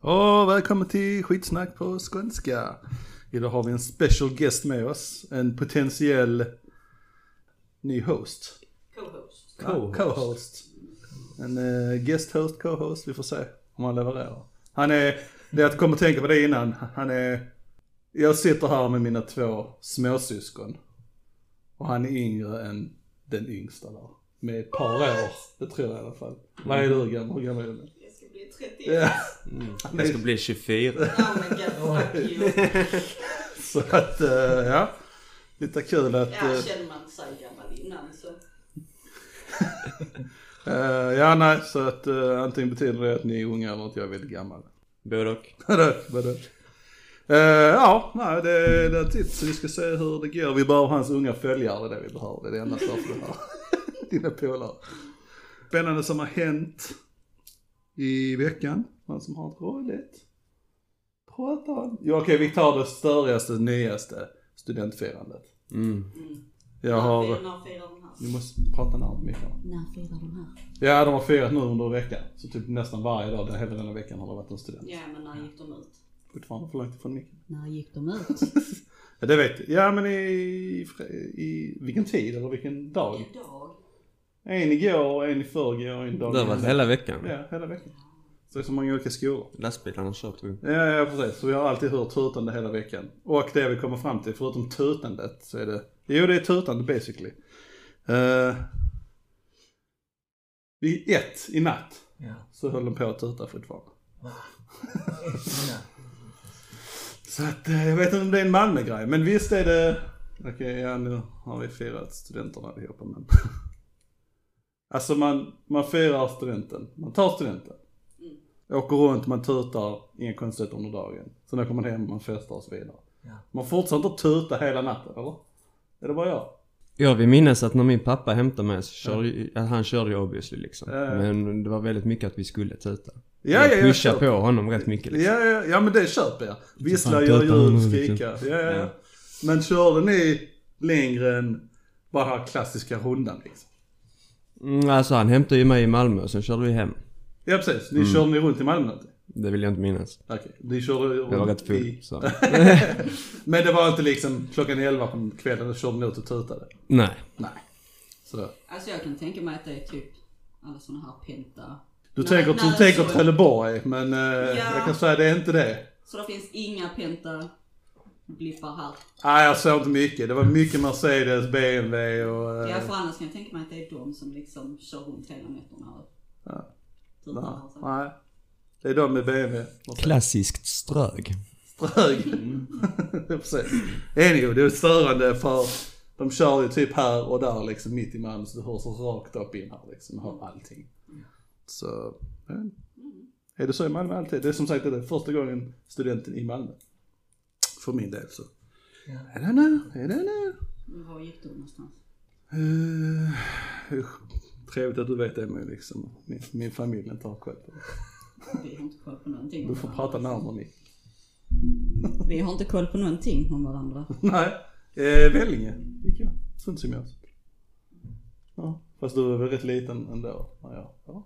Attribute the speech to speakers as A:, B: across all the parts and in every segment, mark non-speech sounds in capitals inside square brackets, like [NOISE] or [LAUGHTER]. A: Och välkommen till skitsnack på skånska. Idag har vi en special guest med oss. En potentiell ny host.
B: Co-host.
A: Ja, Co-host. En eh, guest host, co-host. Vi får se om han levererar. Han är, det jag kommer att tänka på det innan. Han är, jag sitter här med mina två småsyskon. Och han är yngre än den yngsta där. Med ett par år, det tror jag i alla fall. Vad är du gammal? Hur gammal är du?
B: Jag ska bli 31.
A: Ja,
C: Jag ska bli 24.
B: Oh my god, fuck you.
A: [LAUGHS] så att, eh, ja. Lite kul att... eh,
B: Ja, känner man sig gammal innan så.
A: Eh, ja, nej, så att eh, antingen betyder det att ni är unga eller att jag är väldigt gammal. [LAUGHS]
C: Både och.
A: Vadå? Vadå? Eh, ja, nej, det, det är titt. Så vi ska se hur det går. Vi behöver hans unga följare, det är det vi behöver. Det är det enda därför du har [LAUGHS] dina polare. Spännande som har hänt i veckan. Man som har roligt. Prata om. Ja, okej, vi tar det störigaste, nyaste studentfirandet.
C: Mm.
A: Jag har...
B: När firar de här?
A: Vi måste prata närmare mycket.
B: När firar de här?
A: Ja, de har firat nu under veckan. Så typ nästan varje dag, den hela denna veckan har det varit en student.
B: Ja, men när gick de ut?
A: Fortfarande för långt ifrån micken.
B: När gick de ut?
A: Ja, det vet jag. Ja, men i, i, i vilken tid eller vilken dag?
B: [LAUGHS] Idag.
A: En igår, en i förrgår, en dag
C: Det har varit hela veckan.
A: Ja, hela veckan. Så det är så många olika skolor.
C: Lastbilarna kör tog.
A: Ja, ja, precis. Så vi har alltid hört tutande hela veckan. Och det vi kommer fram till, förutom tutandet, så är det... Jo, det är tutande basically. Uh, vid ett i natt
D: Ja.
A: så höll de på att tuta fortfarande. Så att, eh, jag vet inte om det är en Malmö-grej, men visst är det... Okej, ja nu har vi firat studenterna allihopa men... [LAUGHS] alltså man, man firar studenten, man tar studenten. Åker runt, man tutar, inga konstigheter under dagen. Sen åker man hem, man festar och så vidare.
D: Ja.
A: Man fortsätter att tuta hela natten, eller? Är det bara jag?
C: Jag vill minnas att när min pappa hämtade mig så körde ju- att han körde ju obviously liksom.
A: Ja, ja.
C: Men det var väldigt mycket att vi skulle tuta.
A: Ja, ja,
C: jag
A: jag
C: pushade
A: köper.
C: på honom rätt mycket liksom. typ
A: Ja, ja, ja men det köper jag. Vissla,
C: fan
A: gör
C: tuta
A: ljud,
C: honom,
A: skrika. Ja, ja, ja.
C: Ja.
A: Men körde ni längre än bara den här klassiska rundan liksom?
C: Mm, alltså han hämtade ju mig i Malmö och sen körde vi hem.
A: Ja precis,
C: Mm.
A: ni körde ni runt i Malmö någonting?
C: Det vill jag inte minnas.
A: Okej, ni körde
C: Jag var
A: runt
C: rätt full
A: i- [LAUGHS]
C: så.
A: Men det var inte liksom klockan 11 på kvällen, då körde ni ut och tutade?
C: Nej.
A: Nej. Sådär.
B: Alltså jag kan tänka mig att det är typ alla såna här penta.
A: Du
B: Nej,
A: tänker,
B: nej,
A: du tänker
B: så-
A: Trelleborg, men eh,
B: Ja.
A: jag kan säga det är inte det.
B: Så det finns inga penta blippar här.
A: Nej, jag såg inte mycket. Det var mycket Mercedes, BMW och... eh,
B: Ja, för annars kan jag tänka mig att det är de som liksom kör runt hela nätterna och
A: Ja.
B: tutar och så.
A: nej. Det är de med BMW.
C: Klassiskt strög.
A: Strög.
B: Mm.
A: [LAUGHS] Precis. Anywho, det är störande för de kör ju typ här och där liksom mitt i Malmö så du hör så rakt upp in här liksom, hör allting. Så, ja. Är det så i Malmö alltid? Det är som sagt det är första gången studenten i Malmö. För min del så.
D: Ja.
A: Är det nu? Är det nu?
B: Var gick du någonstans?
A: Uh, usch. Trevligt att du vet det men liksom. Min, min familj inte har koll på det.
B: Vi har inte koll på någonting.
A: Du får prata närmare Nick.
B: Vi har inte koll på någonting om varandra.
A: Nej, eh, Vellinge gick jag. Sundsgymnasiet. Ja, fast du var väl rätt liten ändå när jag ja.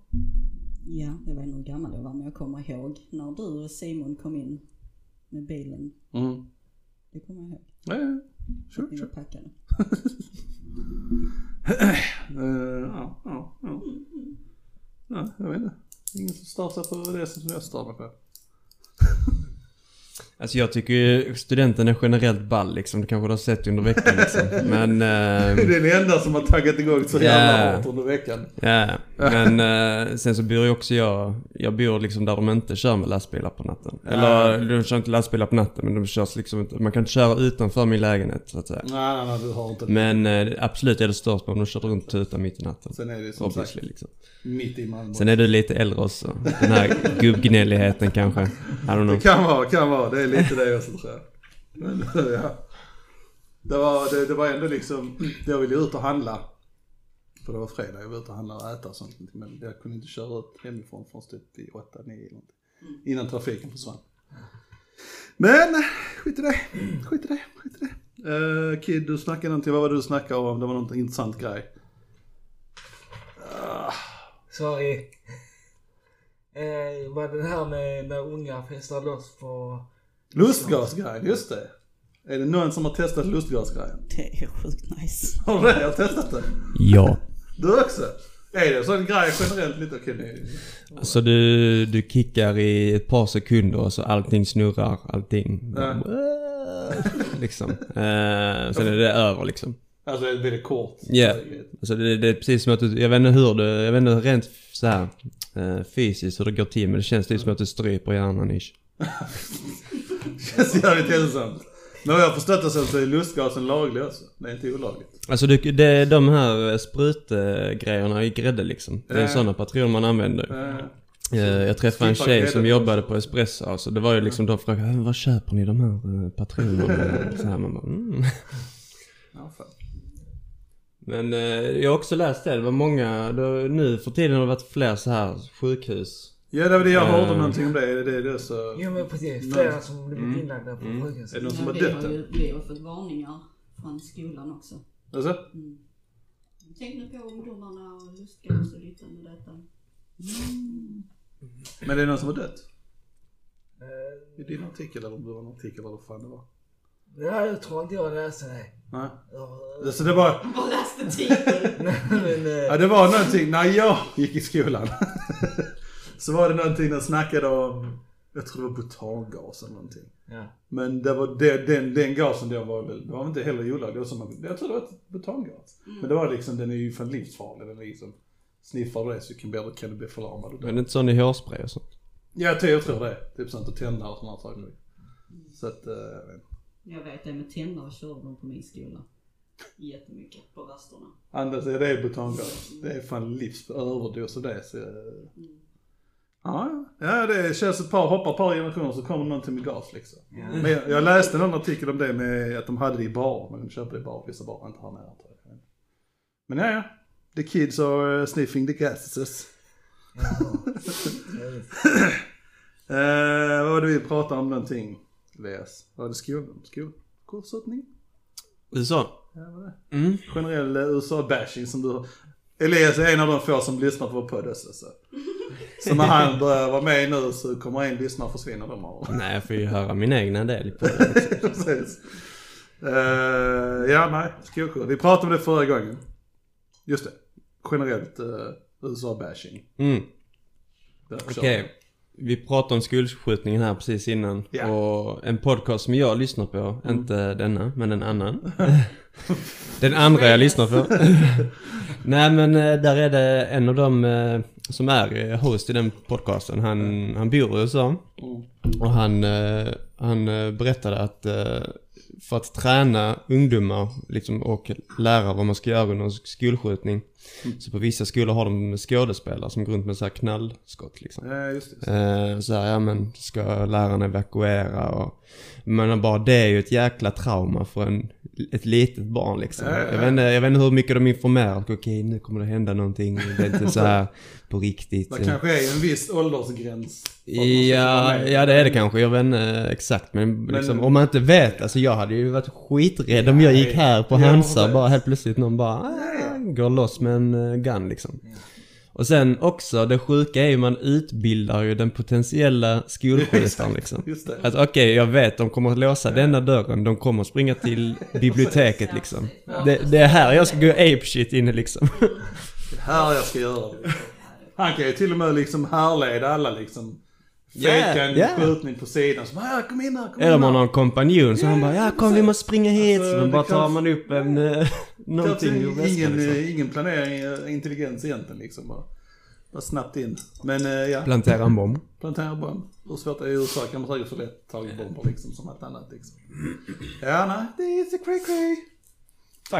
B: Ja, jag vet inte hur gammal jag var men jag kommer ihåg när du och Simon kom in med bilen.
A: Mm.
B: Det kommer jag ihåg.
A: Ja, ja. Sure,
B: Vi var
A: sure.
B: packade.
A: Eh, ja, ja, ja. Ja, jag vet inte. Ingen som stör sig på det som jag stör mig på.
C: Alltså jag tycker ju studenten är generellt ball liksom. Det kanske du har sett under veckan
A: [LAUGHS]
C: liksom. Men...
A: Det
C: ehm,
A: är den enda som har taggat igång så jävla
C: Ja.
A: hårt under veckan.
C: Ja, men eh, sen så bor ju också jag, jag bor liksom där de inte kör med lastbilar på natten. Eller de kör inte lastbilar på natten men de körs liksom inte, man kan inte köra utanför min lägenhet så att säga.
A: Nej, nej, nej, du har inte det.
C: Men eh, absolut är det stört på om de kör runt och tutar mitt i natten.
A: Sen är det som sagt
C: Obviously, liksom.
A: mitt i Malmö.
C: Sen är du lite äldre också. Den här gubbgnälligheten kanske. I don't know.
A: Det kan vara, kan vara. Det är lite det också tror jag. Men, ja. det, var, det, det var ändå liksom, jag ville ut och handla. För det var fredag, jag var ute och handlade och äta och sånt. Men jag kunde inte köra ut hemifrån förrän typ vid 8, 9 eller någonting. Innan trafiken försvann. Men skit i det, skit i det, skit i det. Eh, Kid, du snackade någonting, vad var det du snackade om? Det var någon intressant grej.
D: Sorry. Eh, Eh, var det det här med när unga festar loss på...
A: Lustgasgrejen, just det. Är det någon som har testat lustgasgrejen?
B: Det är sjukt nice.
A: Har du det? Jag har testat det.
C: Ja.
A: Du också? Är det en sån grej generellt lite? Okej, ni-
C: Så du, du kickar i ett par sekunder och så allting snurrar, allting.
A: Ja.
C: Liksom. Eh, sen är det över liksom.
A: Alltså det är väldigt kort. [LAUGHS]
C: Ja. Alltså det, det är precis som att du, jag vet inte hur det, jag vet inte rent så här eh, fysiskt hur det går till men det känns lite som att du stryper hjärnan ish.
A: Känns jävligt hälsosamt. Men vad jag har förstått det så så är lustgasen laglig också. Det är inte olagligt.
C: Alltså det, det, de här eh, sprutgrejerna i grädde liksom. Det är
A: Ja.
C: sådana patroner man använder.
A: Eh,
C: Eh, Jag träffade en
A: Slippa
C: tjej
A: grädde.
C: som jobbade på Espresso. Alltså det var ju liksom de frågade "Eh, var köper ni de här eh, patronerna? Så här man bara, mm.
A: ja, fan.
C: Men eh, jag har också läst det. Det var många, det, nu för tiden har det varit fler så här sjukhus.
A: ja, det var det jag hörde
C: Eh.
A: någonting om det. Är det det så...
D: Jo men precis, flera som blivit inlagda på
A: Mm. Är det
D: sjukhuset.
A: någon som har
B: vi,
A: dött
B: har
A: än?
B: ju, vi har fått varningar från skolan också.
A: Alltså?
B: Tänk nu på ungdomarna och lustgas och dittan och detta.
A: Men det är någon som har dött?
D: Eh,
A: I din artikel eller om det var en artikel eller vad fan det var.
D: Ja, jag tror inte jag läste det. [LAUGHS]
A: Nej.
D: Ja,
A: Alltså det var...
B: Bara läste titeln. [LAUGHS]
D: Nej men... eh,
A: Ja det var någonting, när jag gick i skolan. [LAUGHS] så var det någonting de snackade om, jag tror det var butangas eller någonting.
D: Ja.
A: Men det var det, den, den gasen då var väl, det var väl inte heller olaglig, det var som man- jag tror det var ett butangas. Men det var liksom, den är ju fan livsfarlig, den är liksom, sniffar du det så kan du, kan du bli förlamad och dö.
C: Men det är inte sån i hårspray och sånt.
A: Ja jag tror, jag tror det, typ sånt och tända och sådana saker. Så att, eh, jag vet inte.
B: Jag vet det med tändare körde de på min skola. Jättemycket på rasterna.
A: Andas, ja, det är butangas. Det är fan livs överdos av det. Så... Ja, ja, det känns ett par, hoppar ett par generationer så kommer någon till med gas liksom. Men jag, jag läste någon artikel om det med att de hade det i bar, men de köper det i bar, vissa barer inte har nära tror jag. Men ja, ja. The kids are eh, sniffing the gases. Eh, vad var det vi pratade om någonting? Läs. Var det skolan? Skolkursättning?
C: USA?
A: Ja, vad var det?
C: Mm.
A: generell eh, USA-bashing som du har. Elias är en av de få som lyssnar på vår podd också, så. så när han börjar vara med nu så kommer en lyssnare och försvinner de
C: [LAUGHS]
A: av
C: Nej, jag får ju höra min egna del. På
A: Precis. Eh, ja, nej. Skolkurs. Vi pratade om det förra gången. Just det. Generellt eh, USA-bashing.
C: Mm.
A: Där kör
C: Okej.
A: vi.
C: Vi pratade om skolskjutningen här precis innan.
A: Ja.
C: Och en podcast som jag lyssnar på, inte denna, men en annan. Den andra jag lyssnar på. Nej men eh, där är det en av dem eh, som är eh, host i den podcasten. Han, han bor i USA. Och han, eh, han eh, berättade att eh, för att träna ungdomar liksom, och lära vad man ska göra under en skolskjutning. Så på vissa skolor har de skådespelare som går runt med så här knallskott liksom.
A: Ja, just det. just det.
C: Eh, Så här, ja men ska lärarna evakuera och... Men bara det är ju ett jäkla trauma för en, ett litet barn liksom.
A: Ja, ja, ja.
C: Jag, vet inte, jag vet inte hur mycket de informerar. Okej nu kommer det hända någonting. Det är inte
A: [LAUGHS]
C: så här på riktigt.
A: Det kanske är en viss åldersgräns. för att man ska vara
C: Ja,
A: med.
C: ja det är det kanske. Jag vet inte eh, exakt. Men,
A: Men-
C: liksom, om man inte vet. Alltså jag hade ju varit skiträdd om jag gick här på
A: Ja,
C: Hansa
A: precis.
C: bara helt plötsligt någon bara "Ah", går loss med en eh, gun liksom. Och sen också det sjuka är ju man utbildar ju
A: [LAUGHS]
C: den potentiella skolskjutaren liksom.
A: Just det.
C: Att okej, jag vet de kommer att låsa denna dörren, de kommer att
A: [LAUGHS]
C: springa till biblioteket liksom. Det, det är här jag ska gå apeshit inne liksom.
A: Det här jag ska göra det. Han kan ju till och med liksom härleda alla liksom. Fejka
C: Yeah,
A: en
C: yeah.
A: skjutning på sidan. Så bara, "Ja, kom in här, kom in
C: Eller om man
A: här."
C: har en kompanjon så han bara ja kom vi måste springa hit.
A: Alltså,
C: Så
A: det
C: bara tar
A: krävs-
C: man upp en, eh, [LAUGHS] någonting ur
A: Klart,
C: väskan
A: ingen,
C: liksom.
A: ingen planering, eh, intelligens egentligen liksom. Bara, bara snabbt in. Men eh, ja,
C: Plantera en bomb.
A: plantera bomb. Hur svårt är det i USA? Kan man säkert så lätt ta i bomber liksom som allt annat liksom. Ja, nej. Det är så cray cray.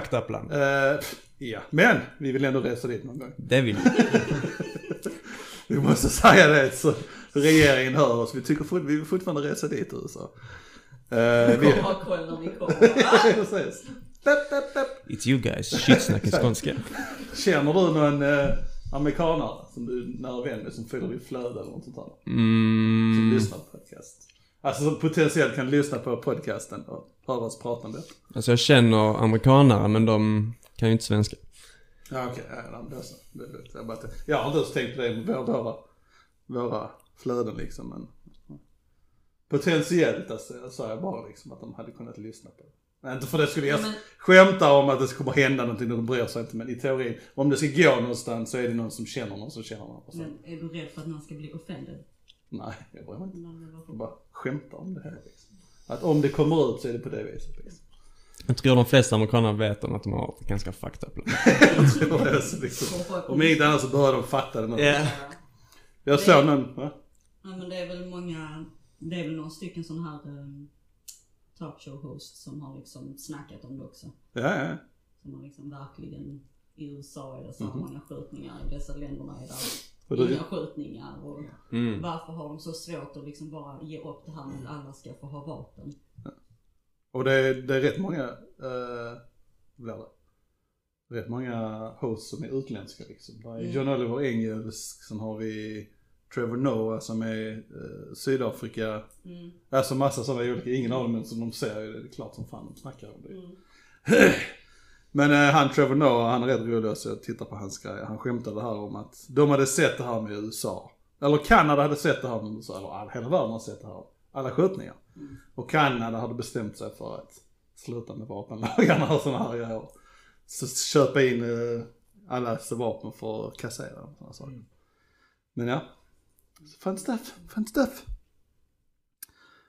C: Fucked up land.
A: Eh, ja, men vi vill ändå resa dit någon gång.
C: Det vill
A: Vi måste säga det så regeringen hör oss. Vi tycker fort, vi vill fortfarande resa dit i USA. Eh, vi,
B: Kommer ha koll när ni [LAUGHS] kommer.
A: [LAUGHS] precis. Pep, pep, pep.
C: It's you guys. Shit snackar skånska.
A: Känner du någon eh, amerikanare som du är nära vän med som följer ditt flöde eller något sånt där?
C: Mm,
A: Som lyssnar på podcast? Alltså som potentiellt kan lyssna på podcasten och höra oss prata om det.
C: alltså jag känner amerikanare men de kan ju inte svenska.
A: Ja okej, ja, det är så. Det- det- Jag, bara, jag har inte ens tänkt på det med vår dörrar. våra flöden liksom. Men potentiellt alltså, sa jag bara liksom att de hade kunnat lyssna på det. Nej, Inte för det skulle jag
B: Ja, men-
A: skämta om att det kommer hända någonting och de bryr sig inte men i teorin, om det ska gå någonstans så är det någon som känner någon som känner någon. Och så,
B: Men är du rädd för att någon ska bli [LAUGHS] offended?
A: Nej, jag bryr mig inte.
B: Nej, men
A: Jag
B: varför?
A: bara skämtar om det här liksom. Att om det kommer ut så är det på det viset liksom. [LAUGHS]
C: Jag tror de flesta amerikaner vet om att de har ett ganska fucked up land.
A: Jag tror det är så, liksom. Om inte annat så börjar de fatta det nu. Jag såg någon, va?
B: Ja, men det är väl många, det är väl några stycken sådana här um, talkshow hosts som har liksom snackat om det också.
A: Ja, ja.
B: Som har liksom verkligen, i USA är det så här
A: Mhm.
B: många skjutningar, i dessa länderna är
A: Och
B: det
A: då-
B: inga skjutningar och
C: Mm.
B: varför har de så svårt att liksom bara ge upp det här med att alla ska få ha vapen?
A: Och det är, det är rätt många, eh, blir det? Rätt många hosts som är utländska liksom. Där är John Oliver engelsk, sen har vi Trevor Noah som är eh, Sydafrika,
B: Mm.
A: alltså massa sådana olika, ingen av dem men som de ser ju det, det är klart som fan de snackar om det.
B: Mm.
A: [CLEARS THROAT] Men eh, han Trevor Noah, han är rätt rolig så jag tittar på hans grejer. Han skämtade här om att de hade sett det här med USA. Eller Kanada hade sett det här med USA, eller all- hela världen har sett det här. Alla skjutningar. Och Kanada hade bestämt sig för att sluta med vapenlagarna och sådana här grejer. Så köpa in eh, allas vapen för att kassera dem och sådana saker. Men ja, fun stuff, fun stuff.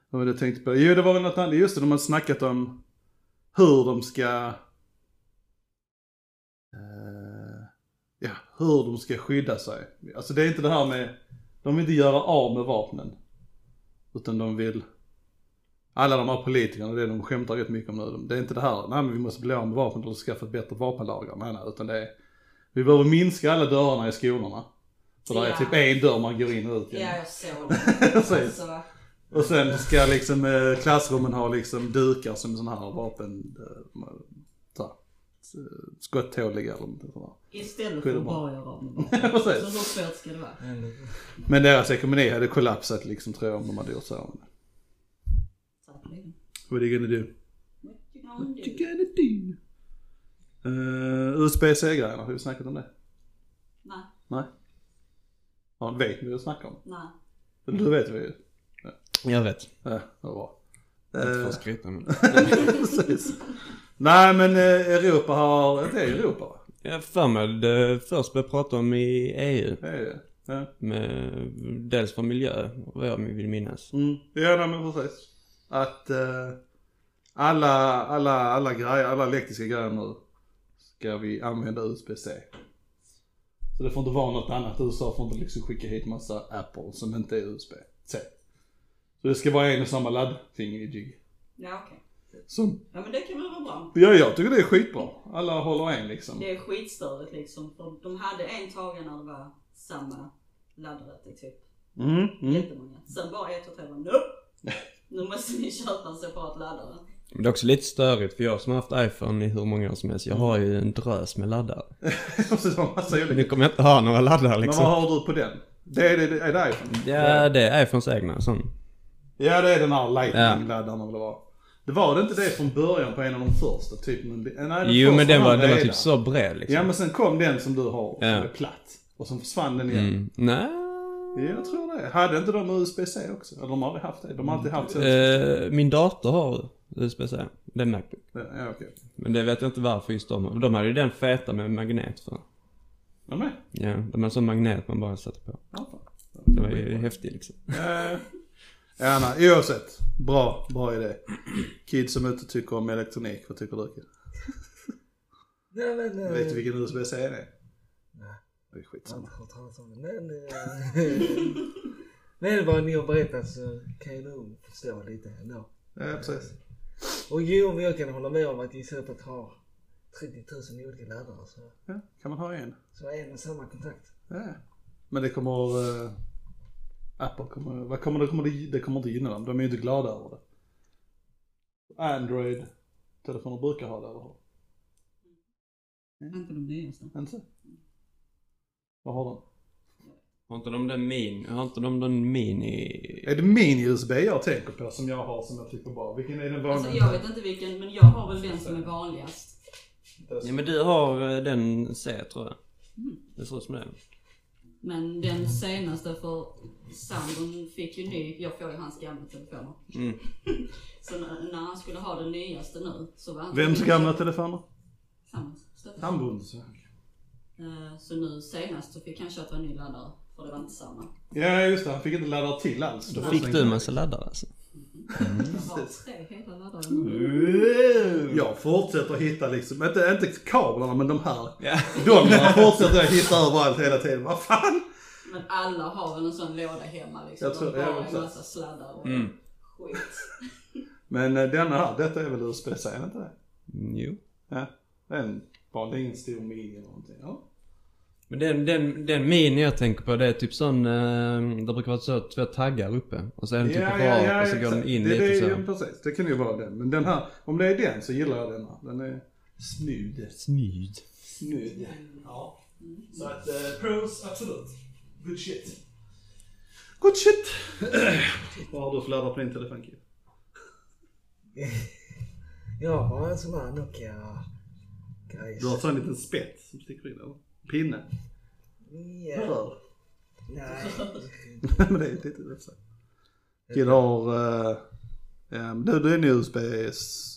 A: Vad var det jag tänkte på? Jo det var väl något annat, just det de hade snackat om hur de ska eh, ja, hur de ska skydda sig. Alltså det är inte det här med, de vill inte göra av med vapnen. Utan de vill, alla de här politikerna, det är de skämtar rätt mycket om nu, de- det är inte det här, nej men vi måste bli av med vapnen och skaffa ett bättre vapenlager, nej nej, utan det är, vi behöver minska alla dörrarna i skolorna. För där är
B: Ja.
A: typ en dörr man går in och ut
B: Ja,
A: genom.
B: jag såg
A: [LAUGHS]
B: det.
A: Precis.
B: Alltså,
A: Och sen ska liksom eh, klassrummen ha liksom dukar som sån här vapen, eh, så här, eh, skottåliga eller något sånt där.
B: istället för att bara göra
A: [LAUGHS]
B: av med vapen.
A: Ja,
B: Så
A: precis.
B: hur svårt ska det vara?
D: Men,
A: Men deras ekonomi hade kollapsat liksom tror jag om de hade gjort så.
B: Säkerligen.
A: What are you gonna do?
B: What you gonna
A: What you
B: do?
A: gonna do? Uh, USB-C-grejerna, har vi snackat om det?
B: Nej,
A: Nej? Ja, vet ni vad jag snackar om?
B: nej.
A: Du vet vi ju.
C: Jag vet.
A: Ja, vad bra.
C: Inte för
A: Eh,
C: att skryta men...
A: [LAUGHS] precis. Nej men eh, Europa har, det är Europa va?
C: Jag har för mig det först började prata om i EU.
A: Det är det. Ja.
C: Med, dels för miljö, vad jag vill minnas.
A: Mm. Ja, nej, men precis. Att eh, alla, alla, alla grejer, alla elektriska grejer nu ska vi använda USB-C. Så det får inte vara något annat. USA får inte liksom skicka hit massa Apple som inte är USB-C. Så det ska vara en och samma laddfingerjig.
B: Ja, okej.
A: Så,
B: Ja, men det kan väl vara bra.
A: ja, jag tycker det är skitbra. Alla håller en liksom.
B: Det är skitstörigt liksom. För de hade en tagare när det var samma laddrätter typ.
A: Mm, mm. [LAUGHS]
B: Jättemånga. Sen bara ett och tre bara nope. Nu måste ni köpa en separat laddare.
C: Men det är också lite störigt för jag som har haft iPhone i hur många år som helst, jag har ju en drös med laddare.
A: Precis, det var massa
C: Men
A: olika.
C: nu kommer jag inte ha några laddare
A: Men
C: liksom.
A: vad har du på den? Det är, det, det är det iPhone?
C: Ja, det är iPhones egna sån.
A: Ja det är den här lightning-laddaren eller vad det var. Det var det inte det från början på en av de första? Typ, men, nej, den
C: Jo
A: första
C: men den var, den var
A: breda.
C: typ så bred liksom.
A: Ja men sen kom den som du har som
C: Ja.
A: är platt. Och sen försvann den igen.
C: Mm. Nej.
A: Ja, jag tror det. Hade inte de USB-C också? Eller de har aldrig haft det? De har alltid haft det.
C: Eh, min dator har USB-C. Det är Macbook.
A: Ja okej.
C: Men det vet jag inte varför just de har. De hade ju den feta med magnet för.
A: Är du med?
C: Ja, de hade en sån magnet man bara sätter på.
A: Ja, fan.
C: Det var ju häftigt liksom.
A: Eh, Ja, nej, oavsett. Bra, bra idé. Kids som inte tycker om elektronik, vad tycker du? Kid?
D: nej men... eh,
A: Vet du vilken USB-C det är?
D: Nej.
A: Det är
D: Jag har
A: skitsamma.
D: inte hört talas om det. Men... eh, [LAUGHS] Nej, det var ni har berättat så kan jag nog förstå lite ändå.
A: Ja precis.
D: Och jo, men jag kan hålla med om att Gisöpet har 30 000 olika lärare så,
A: Ja, kan man ha en?
D: så är det samma kontakt.
A: Ja. Men det kommer... eh, Apple kommer... Vad kommer det, kommer det, det kommer inte gynna dem. De är ju inte glada över det. Android-telefoner brukar ha det, eller hur?
B: Inte de nyaste.
A: Inte? Vad har de?
C: Har inte de den min? Har inte de den mini?
A: Är det min USB jag tänker på som jag har som jag tycker bra? Vilken är den vanliga?
B: Alltså jag vet inte vilken, men jag har väl den som är vanligast.
A: Mm.
C: Ja men du har eh, den C tror jag. Det ser ut som det.
B: Men den senaste för sambon fick ju ny, jag får ju hans gamla telefoner.
C: Mm.
B: [LAUGHS] så när, när han skulle ha den nyaste nu så var han
A: Vems gamla telefoner?
B: Sambons. Steffans.
A: Sambons.
B: Eh, Så nu senast så fick han köpa en ny laddare för det var inte samma.
A: Ja just det, han fick inte ladda till alls. Det
C: Då
A: var
C: fick
A: så
C: du en
A: enkelt.
C: massa laddare alltså.
B: Jag har tre hela laddare nu.
A: Mm. Jag fortsätter hitta liksom, inte, inte kablarna men de här.
C: Ja.
A: De här fortsätter jag hitta överallt hela tiden. Vad fan!
B: Men alla har väl en sån låda hemma liksom.
A: Jag tror-
B: de
A: ja,
B: har en
A: exakt.
B: massa sladdar och
C: Mm.
A: [LAUGHS]
B: skit.
A: Men eh, denna här, detta är väl USB-C, är det inte det?
C: Jo.
A: Ja. Det är en vanlig, ingen stor mini eller någonting. Ja.
C: Men den, den, den mini jag tänker på det är typ sån, eh, det brukar vara så två taggar uppe och så är den typ kvar och så går den
A: exakt.
C: in
A: det,
C: lite
A: det, är
C: så.
A: ju- Precis, det kan ju vara den. Men den här, om det är den så gillar jag den här. Den är snud.
C: Smid.
A: Snud. Ja. Så att, eh, pros, absolut. Good shit. Good shit! Vad har du för laddare på din telefon, Kid?
D: Jag har en sån här Nokia... Grejs.
A: Du har en sån liten spets som sticker in, eller? Pinne?
D: Ja.
A: Rör?
D: Nej.
A: [LAUGHS] Men det är inte lite så. Kid har... eh, ehm, du, du är en USB-S.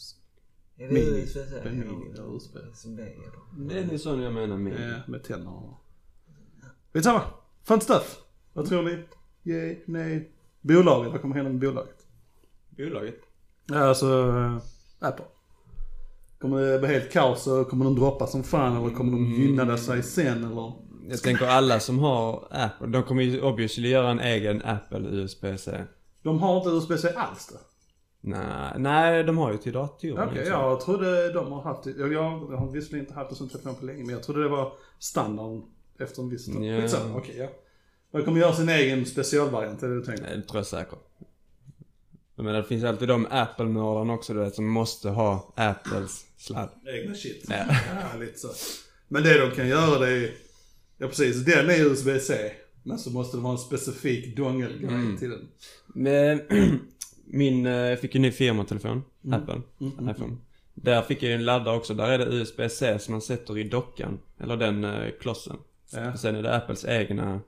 D: Är det
A: Mini.
D: USB?
A: Det är mini, det är USB.
D: Som det är då.
C: Det är ju sån jag menar mini.
A: Eh, med tänder och... Skitsamma! Fun stuff! Vad tror ni? Yay, nej? Bolaget, vad kommer hända med bolaget?
C: Bolaget.
A: Ja, alltså eh, Apple. Kommer det bli helt kaos och kommer de droppa som fan eller kommer de
D: Mm.
A: gynna sig sen eller?
C: Jag tänker alla som har Apple, de kommer ju obviously göra en egen Apple USB-C.
A: De har inte USB-C alls då?
C: Nej, nej, de har ju till datorn. liksom.
A: Okej, jag trodde de har haft det. Jag, jag har visserligen inte haft det som telefon på länge men jag trodde det var standarden efter en viss tid.
C: Ja.
A: Skitsamma, okej ja. De kommer göra sin egen specialvariant, är det du tänker?
C: Nej, det tror jag säkert. Men det finns alltid de Apple-nördarna också du vet, som måste ha Apples sladd.
A: Egna shit.
C: Ja.
A: Ja, lite så. Men det de kan göra det är, ja precis, den är USB-C. Men så måste det vara en specifik dongle
C: Mm.
A: till den.
C: Men, [CLEARS THROAT] min, eh, jag fick en ny firmatelefon,
A: Mm.
C: Apple, iPhone. Där fick jag ju en laddare också, där är det USB-C som man sätter i dockan, eller den eh, klossen.
A: Ja.
C: Och sen är det Apples egna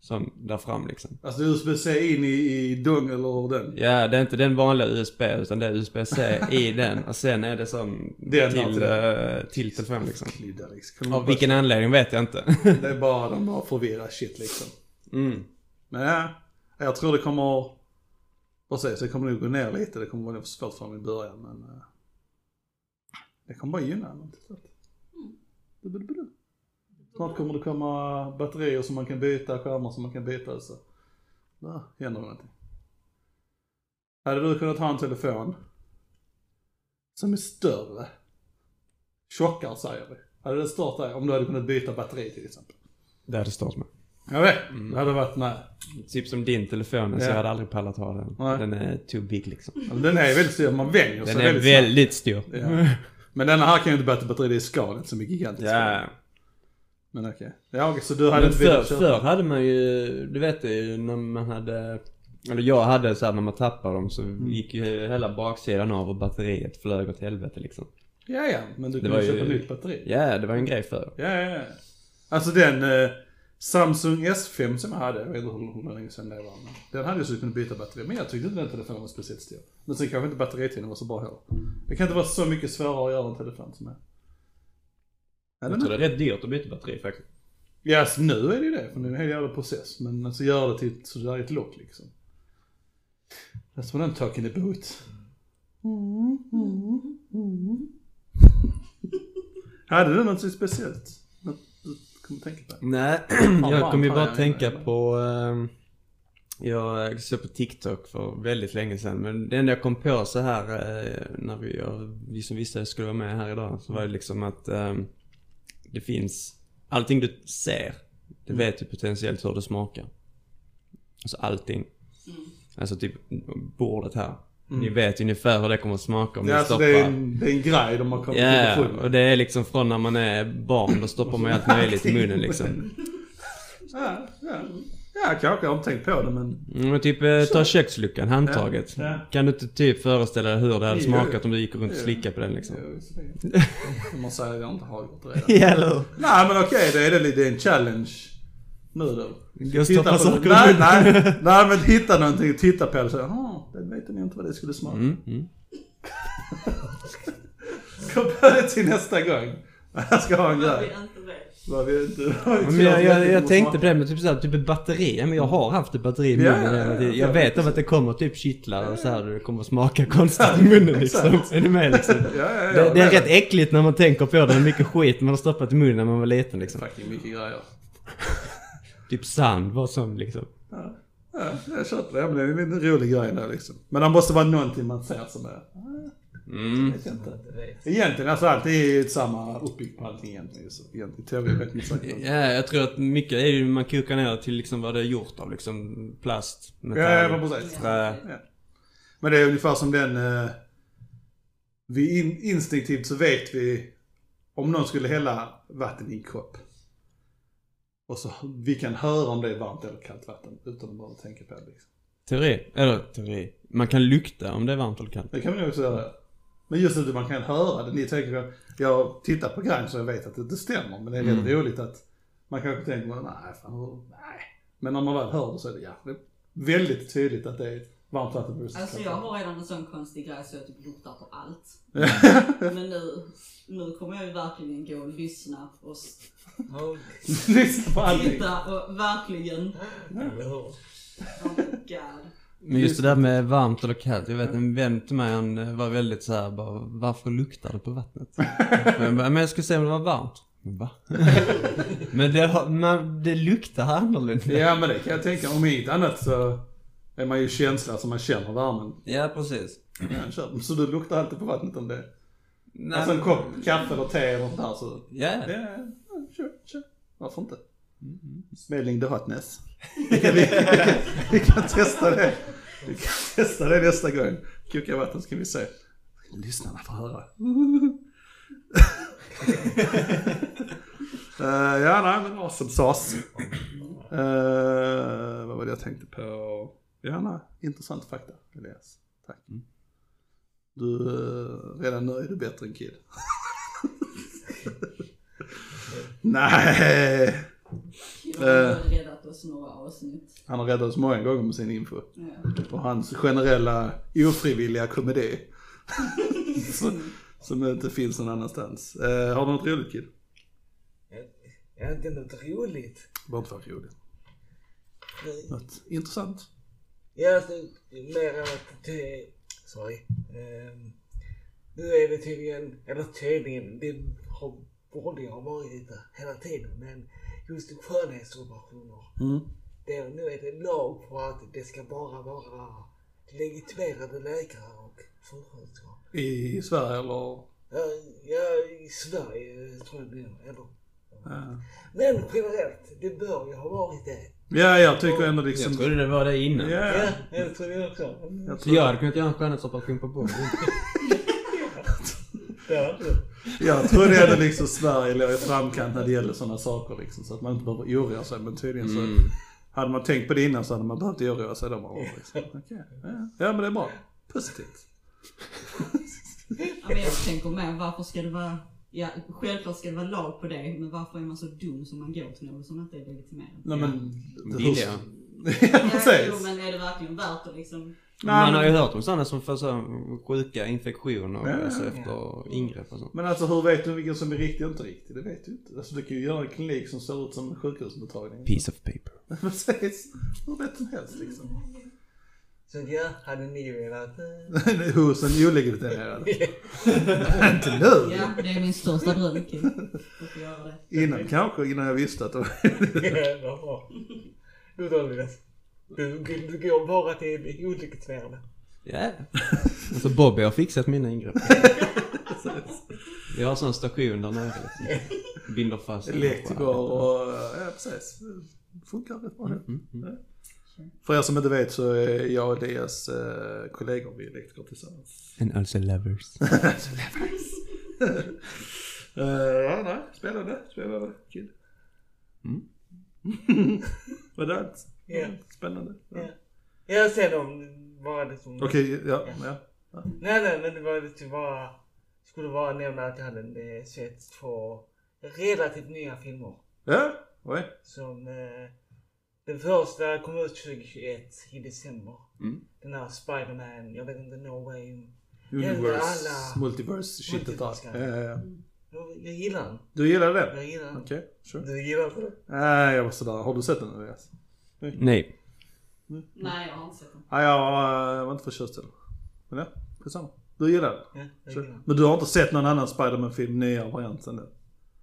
C: som, där fram liksom.
A: Alltså USB-C in i, i dongle och den.
C: Ja, det är inte den vanliga USB utan det är
A: [LAUGHS]
C: USB-C i den och sen är det som
A: Den har till
C: till,
A: den.
C: eh, till telefon liksom.
A: Klydda liksom. Kan
C: Av
A: man
C: vilken anledning vet jag inte. [LAUGHS]
A: bara- [LAUGHS] Det är bara, de bara förvirrar shit liksom.
C: mm.
A: Men ja, jag tror det kommer, precis det kommer nog gå ner lite. Det kommer vara nog svårt för dem i början men eh, det kommer bara gynna dem till slut. Du, du, du, du. Snart kommer det komma batterier som man kan byta, skärmar som man kan byta. Så. Där händer någonting. Hade du kunnat ha en telefon som är större, tjockare säger vi. Hade den stört dig om du hade kunnat byta batteri till exempel?
C: Det hade stått med.
A: Jag vet, det hade varit nej.
C: Typ som din telefon, så
A: Ja.
C: jag hade aldrig pallat ha den.
A: Nej.
C: Den är too big liksom.
A: Alltså, den är väldigt stor, man vänjer sig
C: Den är
A: väldigt
C: väldigt stor.
A: snabbt. Ja. Men denna här kan ju inte typ byta batteri, det är skalet som är gigantiskt.
C: Ja.
A: Men okej. Ja, okej, så du hade
C: Men
A: inte
C: förr,
A: velat köpa?
C: förr hade man ju, du vet det ju när man hade, eller jag hade så här när man tappade dem så
A: Mm.
C: gick ju hela baksidan av och batteriet flög åt helvete liksom.
A: Ja, ja, men du
C: var
A: kunde
C: ju-
A: köpa nytt batteri.
C: Ja, det var ju en grej förr.
A: Ja, ja, ja. Alltså den eh, Samsung S5 som jag hade, jag vet inte hur hur länge sedan det var. Men den hade ju så kunnat byta batteri, men jag tyckte inte den telefonen var speciellt stor. Men sen kanske inte batteritiden var så bra heller. Det kan inte vara så mycket svårare att göra en telefon som är. Eller
C: Jag tror det är rätt dyrt att byta batteri faktiskt.
A: Ja, yes, nu är det ju det, för det är en hel jävla process. Men alltså gör det till ett- så det där är ett lock liksom. That's what I'm talking about. Mm, mm, mm. [LAUGHS] Hade du något speciellt? Något du kom att tänka på? [CLEARS THROAT]
C: Nej,
A: fan,
C: jag kommer ju
A: fan,
C: bara
A: jag
C: tänka
A: vet.
C: på... ehm, jag såg på TikTok för väldigt länge sedan. Men det enda jag kom på så här eh, när vi, jag, vi som visste att jag skulle vara med här idag. Så var det liksom att ehm, det finns... Allting du ser,
A: Mm.
C: det vet du potentiellt hur det smakar. Alltså allting.
A: Mm.
C: Alltså typ bordet här. Ni vet ungefär hur det kommer att smaka om
A: Ja,
C: ni
A: alltså
C: stoppar.
A: det är, en, det är en grej de har kommit
C: Ja,
A: underfund med.
C: och det är liksom från när man är barn. Då stoppar man ju allt möjligt i
A: [LAUGHS]
C: munnen liksom.
A: Ja, ja. ja, kanske. Jag har inte tänkt på det men...
C: Mm, men typ eh, ta köksluckan, handtaget.
A: Ja, ja.
C: Kan du inte typ föreställa dig hur det hade
A: Jo,
C: smakat
A: jo.
C: om du gick runt och
A: Jo.
C: slickade på den liksom? [LAUGHS]
A: Om man säger att jag inte har gjort det redan.
C: Ja, eller hur?
A: Nej men okej, det är, det, är en challenge. Nu du.
C: Gå och stoppa
A: på-
C: saker
A: nej, nej, nej men hitta någonting och titta på det och säga "Ah, det vet ni inte vad det skulle smaka.
C: Mm, mm.
A: Kom på det till nästa gång. Jag ska ha en
B: Vad vi
A: grej.
B: inte vet.
A: Vad vi inte- vad vi
C: Men
A: inte
C: jag, jag,
A: vet
C: jag
A: om
C: tänkte
A: smak.
C: på det med typ såhär, typ ett batteri. Ja, men jag har haft ett batteri i
A: Ja,
C: munnen
A: ja, ja,
C: hela tiden.
A: ja,
C: Jag vet om att det kommer typ kittlar och så här det kommer smaka konstigt i munnen liksom. Är ni med liksom?
A: Ja, ja, ja,
C: Det, det är
A: nej,
C: rätt äckligt när man tänker på det. Hur mycket skit man har stoppat i munnen när man var liten liksom.
A: Fucking mycket grejer.
C: Typ sand var sån liksom.
A: Ja, jag köper det. Ja, men det är en rolig grej ändå liksom. Men det måste vara någonting man ser som är...
C: Mm.
A: Vet jag inte.
D: Jag vet.
A: Egentligen, alltså allt är ju samma uppbyggt på allting egentligen. Så egentligen TV är väldigt sagt.
C: Ja, jag tror att mycket är ju man kokar ner till liksom vad det är gjort av liksom. Plast,
A: Ja, ja,
C: metall,
A: men precis.
C: trä.
A: Ja. Men det är ungefär som den... eh, vi in, instinktivt så vet vi om någon skulle hälla vatten i en kopp. Och så vi kan höra om det är varmt eller kallt vatten utan att behöva tänka på det. Liksom.
C: Teori. Eller teori. Man kan lukta om det är varmt eller kallt.
A: Det kan man ju också göra. Men just att man kan höra det. Ni tänker på, jag tittar på Grimes så jag vet att det inte stämmer. Men det är rätt roligt att man kanske tänker, nej fan, hur- nej. Men när man väl hör det så är det, ja, det är väldigt tydligt att det är varmt vatten versus
B: Alltså
A: kallt
B: jag
A: vatten.
B: har redan en sån konstig grej så jag typ luktar på allt. Men nu, nu kommer jag ju verkligen gå och lyssna och s-
D: Ja,
A: [LAUGHS] Lyssna på allting.
B: titta och verkligen...
D: eller hur?
B: Oh my god.
C: Men just det där med varmt eller kallt. Jag vet en vän till mig han eh, var väldigt så här, bara varför luktar det på vattnet? Men, men jag skulle säga om det var varmt. Va? men det, har- man, det luktar annorlunda.
A: Ja men det kan jag tänka. Om inget annat så är man ju känsla så man känner värmen.
C: Ja precis.
A: Ja, kör. Så du luktar alltid på vattnet om det.
C: Nej,
A: Alltså en kopp kaffe eller te eller sånt där så.
C: ja.
A: Ja, ja, kör, kör. Mm, Varför inte? Smelling the hotness. Vi kan, vi, vi, kan, vi kan testa det. Vi kan testa det nästa gång. Koka vatten så kan vi se. Lyssnarna får höra. [LAUGHS] Eh, ja, nej men awesome sauce. Eh, vad var det jag tänkte på? Ja, nej. Intressant fakta, Elias. Tack. Du, eh, redan nu är du bättre än Kid. [LAUGHS] Nej!
B: Jag har räddat oss några avsnitt.
A: Han har räddat oss många gånger med sin info.
B: Ja.
A: Och hans generella ofrivilliga komedi. [LAUGHS] som, som inte finns någon annanstans. Eh, har du något roligt Kid?
D: Jag har inte något roligt.
A: Bara inte för roligt. Något intressant?
D: Ja, alltså, mer än att det... Sorry. Ehm, nu är det tydligen, eller tydligen, det har, borde ju ha varit lite hela tiden, men just skönhetsoperationer.
A: Mm.
D: Det, nu är det lag på att det ska bara vara legitimerade läkare och sjuksköterskor.
A: I Sverige eller?
D: Ja, ja, i Sverige tror jag det är, eller?
A: Ja.
D: Men generellt, det bör ju ha varit det.
A: Ja, jag tycker ändå
C: Jag
A: liksom...
C: trodde det var det innan.
A: Ja,
D: Ja, det tror jag också.
A: jag
C: Så
A: tror,
C: jag hade kunnat göra en skönhetsoperation på [LAUGHS] bordet.
D: Ja,
A: jag trodde ändå liksom Sverige låg i framkant när det gäller sådana saker liksom. Så att man inte behöver oroa sig. Men tydligen
C: Alltså,
A: så Hade man tänkt på det innan så hade man behövt oroa sig. Då man var liksom. Okej, ja. ja men det är bra. [LAUGHS] Positivt.
B: Ja, men jag tänker med, varför ska det vara... Ja, självklart ska det vara lag på det, men varför är man så dum som man går till något som inte är legitimerat?
A: Nej men...
C: Billiga.
A: [LAUGHS] ja
B: [LAUGHS] Jo,
A: precis.
B: men är det verkligen värt att liksom...
C: Man har ju hört om sådana som får så här sjuka infektioner
A: Ja, ja,
C: alltså,
A: ja.
C: efter ingrepp och sånt.
A: Men alltså hur vet du vilken som är riktig och inte riktig? Det vet du inte. Alltså du kan ju göra en klinik som ser ut som en [LAUGHS] sjukhusmottagning.
C: Piece of paper.
A: precis. Hur rätt som helst liksom.
D: Så ja, hade ni velat... [LAUGHS] eh,
A: Hos en olegitimerad. [LAUGHS] inte nu.
B: Ja, det är min största dröm, Kim. [LAUGHS] Att få göra det.
A: Innan kanske, innan jag visste att det var... [LAUGHS]
D: [LAUGHS] Ja, vad bra. Du Douglas. Du, du, du går bara till olyckesvärde.
C: Ja. [LAUGHS] Alltså Bobby har fixat mina ingrepp. [LAUGHS] Vi har en sån station där nere. liksom. Binder fast.
A: Elektriker och... Ja precis. Det Funkar rätt bra.
C: Mm.
A: Ja. För er som inte vet så är jag och Elias eh, kollegor, vi är elektriker tillsammans.
C: And also lovers.
A: Eh, ja, nej, spännande, spännande, kul. Mm. [LAUGHS] Vad det allt?
D: Ja.
A: Spännande. Ja.
D: Ja. Ja, sen om bara det som...
A: Okej, ja, ja.
D: Nej, nej, men det var lite bara... Skulle bara nämna att jag hade eh, sett två relativt nya filmer.
A: Ja, oj.
D: Som eh, Den första kom ut 2021 i december.
A: Mm.
D: Den här Spider-Man, jag vet inte, No Way.
A: Universe,
D: alla-
A: multiverse, shitet där.
D: Multiverse,
A: Ja, ja, ja.
D: Jag, jag gillar den.
A: Du gillar den?
D: Jag gillar den.
A: Okej, sure.
D: Du gillar inte den?
A: Nej, jag var sådär. Har du sett den Andreas?
C: [LAUGHS] Nej.
B: Nej, jag har inte sett den.
A: Nej, jag eh, var, jag var inte förtjust i den. Men ja, skitsamma. Du gillar den?
D: Ja, jag
A: Sure.
D: gillar den.
A: Men du har inte sett någon annan Spiderman-film, nya variant än den?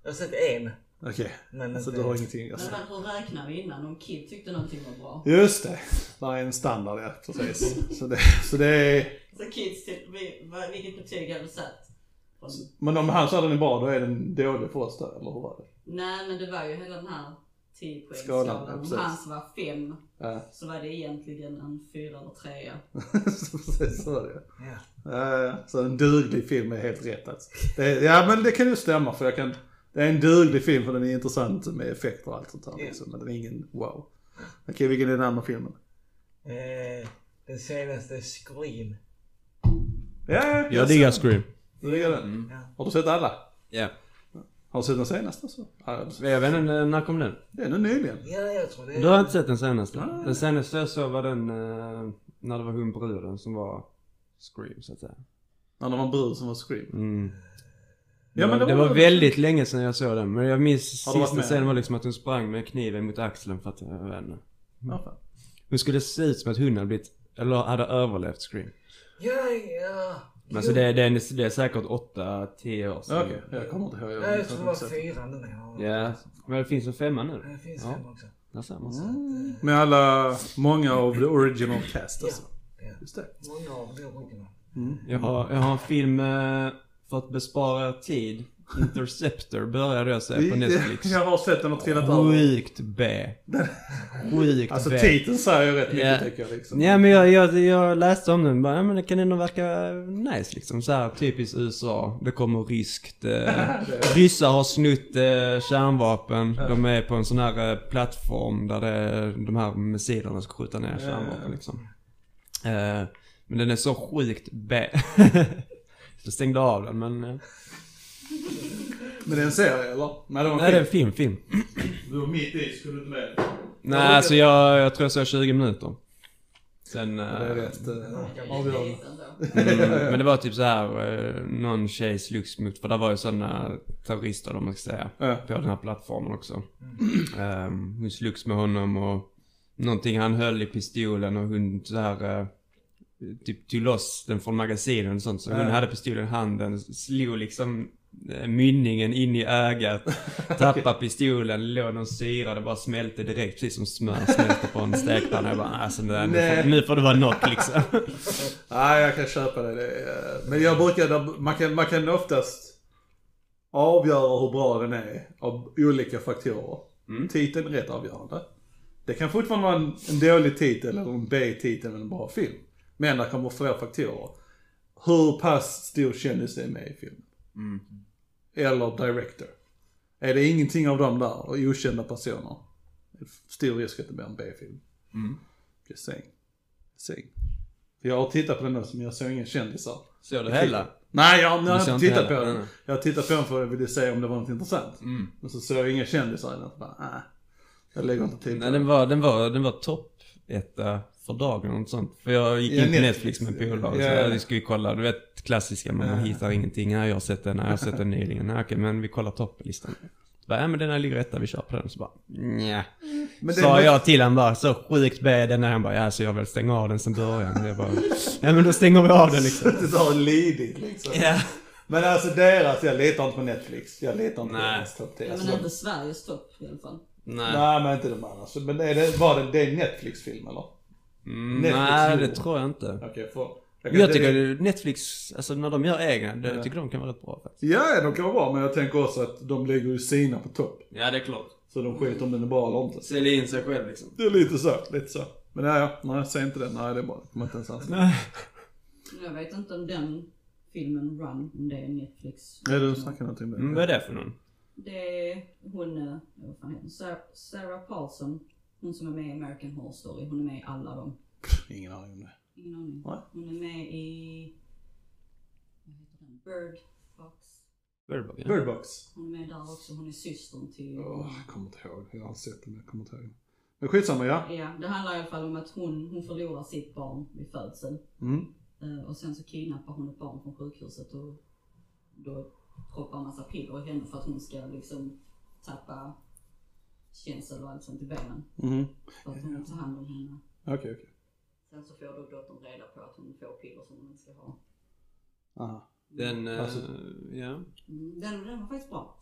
D: Jag har sett en.
A: Okej,
D: Men
A: alltså
D: inte-
A: du har ingenting alltså.
B: Men vad- hur räknar vi innan? Om Kid tyckte någonting var bra.
A: Just det, där är en standard ja, precis. Så det, så det är...
B: Så Kids, till, vi, vad- vilket betyg har du satt? Från-
A: Men om han sa den är bra, då är den dålig för oss då, eller hur var det?
B: Nej, men det var ju hela den här 10
A: Skalan, ja,
B: poängsskalan.
A: precis.
B: Om hans var 5
A: Ja, [LAUGHS]
B: så var det egentligen en 4 eller 3.
A: så precis så var det ja.
D: Ja.
A: Eh, Så en duglig film är helt rätt alltså. det är, Ja men det kan ju stämma för jag kan... Det är en duglig film för den är intressant med effekter och allt sånt där
D: Ja.
A: liksom, men den är ingen wow. Okej, vilken är den andra filmen?
D: Eh, den senaste Scream.
A: Ja,
C: Jag diggar Scream.
A: Du diggar den?
D: Ja.
A: Har du sett alla?
C: Ja.
A: Har du sett den senaste så? Ja,
C: Jag vet inte, när kom den?
A: det är nu nyligen.
D: Ja, jag tror det.
C: Du har inte sett den senaste? Den senaste jag såg var den eh, när det var hon bruden som var Scream så att säga.
A: När det var en brud som var Scream.
C: Mm.
A: Ja, men
C: det, var,
A: det var-
C: väldigt länge sedan jag såg den men jag minns
A: Har du varit
C: sista
A: med?
C: scenen var liksom att hon sprang med kniven mot axeln för att jag vet inte.
A: Ja, fan.
C: Hon skulle se ut som att hon hade blivit, eller hade överlevt Scream.
D: Ja, ja.
C: Men alltså det, det, är, det är säkert 8-10 år sedan.
A: Okej, jag kommer inte ihåg.
D: Ja, jag tror det
A: har inte
D: var
A: sett
D: fyra nu när jag-
C: Ja, men det finns en femma nu.
D: Det finns
C: Ja.
D: fem också.
C: Där ser man.
A: den. Med alla, många av the original cast alltså.
D: Ja.
A: Just det.
D: Många av de ryggarna.
C: Jag har, jag har en film eh, för att bespara tid. Interceptor började jag se på
A: [LAUGHS]
C: Netflix.
A: Jag har sett den och trillat över. [LAUGHS]
C: Sjukt B. Sjukt
A: Alltså
C: B.
A: titeln säger ju rätt mycket
C: Ja.
A: tycker jag liksom.
C: Ja men jag, jag, jag läste om den bara, ja men det kan ändå verka nice liksom. Så här typiskt USA. Det kommer
A: [LAUGHS]
C: ryskt. Eh, ryssar har snutt eh, kärnvapen. De är på en sån här eh, plattform där det är de här missilerna ska skjuta ner kärnvapen liksom. Eh, men den är så sjukt B. [LAUGHS] Jag stängde av den men... Eh,
A: Men det är en serie eller? Nej det var
C: nej det är
A: en
C: en
A: film.
C: film, film.
A: Du var mitt i, skulle du inte med
C: Nej alltså jag, jag tror jag såg 20 minuter. Sen...
A: Det är
C: Eh,
A: rätt eh, avgörande.
B: Avgörande.
C: Mm, men det var typ så här eh, någon tjej slogs mot, för där var ju sådana terrorister om man ska säga.
A: Ja.
C: På den här plattformen också. Um, hon slogs med honom och någonting han höll i pistolen och hon så här eh, typ tog loss den från magasinen och sånt. Så hon
A: Ja.
C: hade pistolen i handen, slog liksom eh, mynningen in
A: [LAUGHS]
C: i ögat, tappade pistolen, låg någon syra, det bara smälte direkt precis som smör smälter på en stekpanna. Jag bara alltså nu, nu,
A: Nej.
C: får, nu får det vara något liksom. [LAUGHS]
A: Nej, jag kan köpa det. det är, eh, men jag brukar, man kan, man kan oftast avgöra hur bra den är av olika faktorer. Titeln är rätt avgörande. Det kan fortfarande vara en, en dålig titel eller en B-titel men en bra film. Men där kommer fler faktorer. Hur pass stor kändis det är med i filmen. Eller director. Är det ingenting av dem där och okända personer. det är Stor risk att det blir en B-film. Just saying. saying. För jag har tittat på den nu men jag såg inga kändisar.
C: Såg du hela?
A: Nej, jag, jag har
C: ser
A: inte
C: inte
A: tittat på
C: heller.
A: den.
C: Nej, Mm.
A: Jag har tittat på den för att jag ville se om det var något intressant. Men så såg jag inga kändisar i den. så bara, nej. Jag lägger inte tid på
C: Nej, den var, den var, den var topp etta för dagen och sånt. För jag gick
A: Ja,
C: in på
A: Netflix.
C: Netflix med en polare och så
A: Ja, ja.
C: ja, vi skulle kolla, du vet klassiska, men man hittar ingenting. Ja, jag har sett den, ja, jag har sett den nyligen. Ja, okej, men vi kollar topplistan. Så bara, ja men den här ligger etta, vi kör på den. Så bara, nja.
A: Men det-
C: Sa jag till han bara, så sjukt B den här. Han bara, ja så jag vill stänga av den sen början. Jag bara, ja men då stänger vi av den liksom.
A: [LAUGHS] Det har lidit liksom.
C: Ja.
A: Men alltså deras, jag litar inte på Netflix. Jag litar inte på
C: Nej.
A: deras topp 10.
B: Ja,
A: Alltså,
B: men
A: de-
B: inte Sveriges topp i alla fall.
C: Nej.
A: Nej men inte de annars. Men är det, var det, det är en Netflix-film eller?
C: Mm,
A: Netflix
C: Nej,
A: gjorde.
C: det tror jag inte.
A: Okej, för...
C: Jag tycker Netflix, alltså när de gör egna, det- jag tycker de kan vara rätt bra faktiskt.
A: Ja, de kan vara bra men jag tänker också att de lägger ju sina på topp.
C: Ja, det är klart.
A: Så de skiter om den är bra eller inte.
C: Sälja in sig själv liksom.
A: Det är lite så, lite så. Men nej, ja, nej säg inte det. Nej, det är bra. Det kommer inte ens anstå.
B: Jag vet inte om den filmen Run, om det är Netflix.
A: Nej, du snackar någonting om det.
C: Mm, vad är det för någon?
B: Det är hon, eh, vad fan heter hon? Sarah, Sarah Paulson. Hon som är med i American Horror Story. Hon är med i alla dem.
A: Ingen aning om det.
B: Ingen aning.
A: Nej.
B: Hon är med i... Vad heter den? Bird Box.
C: Bird Box.
A: Birdbox.
B: Hon är med där också. Hon är systern till...
A: Åh, jag kommer inte ihåg. Jag har sett den, men jag kommer inte ihåg. Men skitsamma ja.
B: Ja, det handlar i alla fall om att hon, hon förlorar sitt barn vid födseln.
A: Mm.
B: Eh, Och sen så kidnappar hon ett barn från sjukhuset och då proppar en massa piller i henne för att hon ska liksom tappa känsel och allt sånt i benen.
A: Mhm.
B: För att hon tar hand om henne.
A: Okej, okej.
B: Sen så får då dottern reda på att hon får piller som hon inte ska ha.
A: Aha.
C: Den, eh,
A: Alltså-
C: ja.
B: Mm, Den, den var faktiskt bra.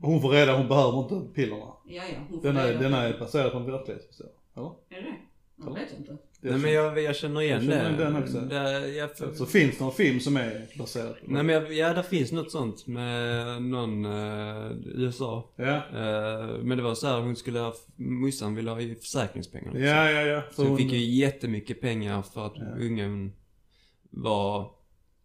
A: Hon får reda, hon behöver inte pillerna.
B: Ja, ja, hon får
A: Den är,
B: reda på-
A: den är baserad på en verklighet förstår jag. Eller?
B: Är det det? Jag
A: Ja.
B: vet inte.
C: Nej men jag, jag känner igen
A: Jag känner
C: det. Mm,
A: igen den också.
C: Det- jag,
A: Så finns det någon film som är baserad på det?
C: nej men jag, ja, det finns något sånt med någon eh, USA.
A: Ja.
C: Eh, men det var så här, hon skulle ha, morsan ville ha ju försäkringspengar. liksom.
A: Ja, ja, ja.
C: Så hon fick ju jättemycket pengar för att
A: Ja.
C: ungen var